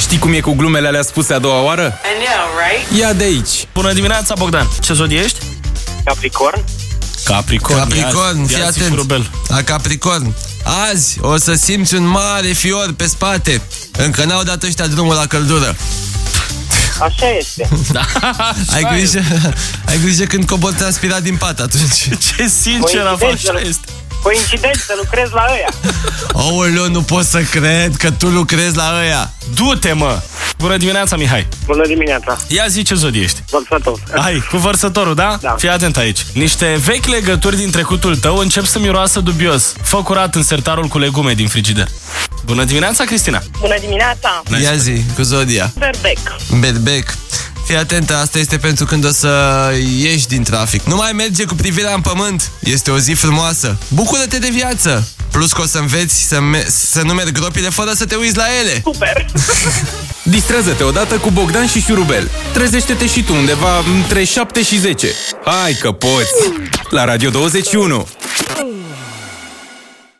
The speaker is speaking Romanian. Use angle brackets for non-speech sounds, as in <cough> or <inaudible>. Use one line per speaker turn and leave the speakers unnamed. Știi cum e cu glumele alea spuse a doua oară?
I know, right?
Ia de aici!
Bună dimineața, Bogdan. Ce zodie ești?
Capricorn?
Capricorn,
Capricorn, fii
zi
atent.
Crubel.
La Capricorn. Azi o să simți un mare fior pe spate. Încă n-au dat ăștia drumul la căldură. Da,
Așa
<laughs>
este.
Ai grijă, ai grijă când cobor transpirat din pat <laughs> atunci.
<laughs> Ce sincer a
Coincidență.
așa este.
Coincident să lucrez la
<laughs>
ăia.
Aoleu, nu pot să cred că tu lucrezi la ăia.
Du-te, mă! Bună dimineața, Mihai.
Bună dimineața,
Ia zi ce zodie ești.
Volkswagen.
Hai, cu vărsătorul, da?
Da.
Fii atent aici. Niște vechi legături din trecutul tău încep să miroasă dubios. Fă curat în sertarul cu legume din frigider. Bună dimineața, Cristina!
Bună dimineața!
Nice.
Ia zi, cu Zodia.
Berbec.
Berbec. Fii atentă, asta este pentru când o să ieși din trafic. Nu mai merge cu privirea în pământ. Este o zi frumoasă. Bucură-te de viață. Plus că o să înveți să, me- să nu merg gropile fără să te uiți la ele.
Super!
Distrează-te odată cu Bogdan și Șurubel. Trezește-te și tu undeva între 7 și 10. Hai că poți! La Radio 21!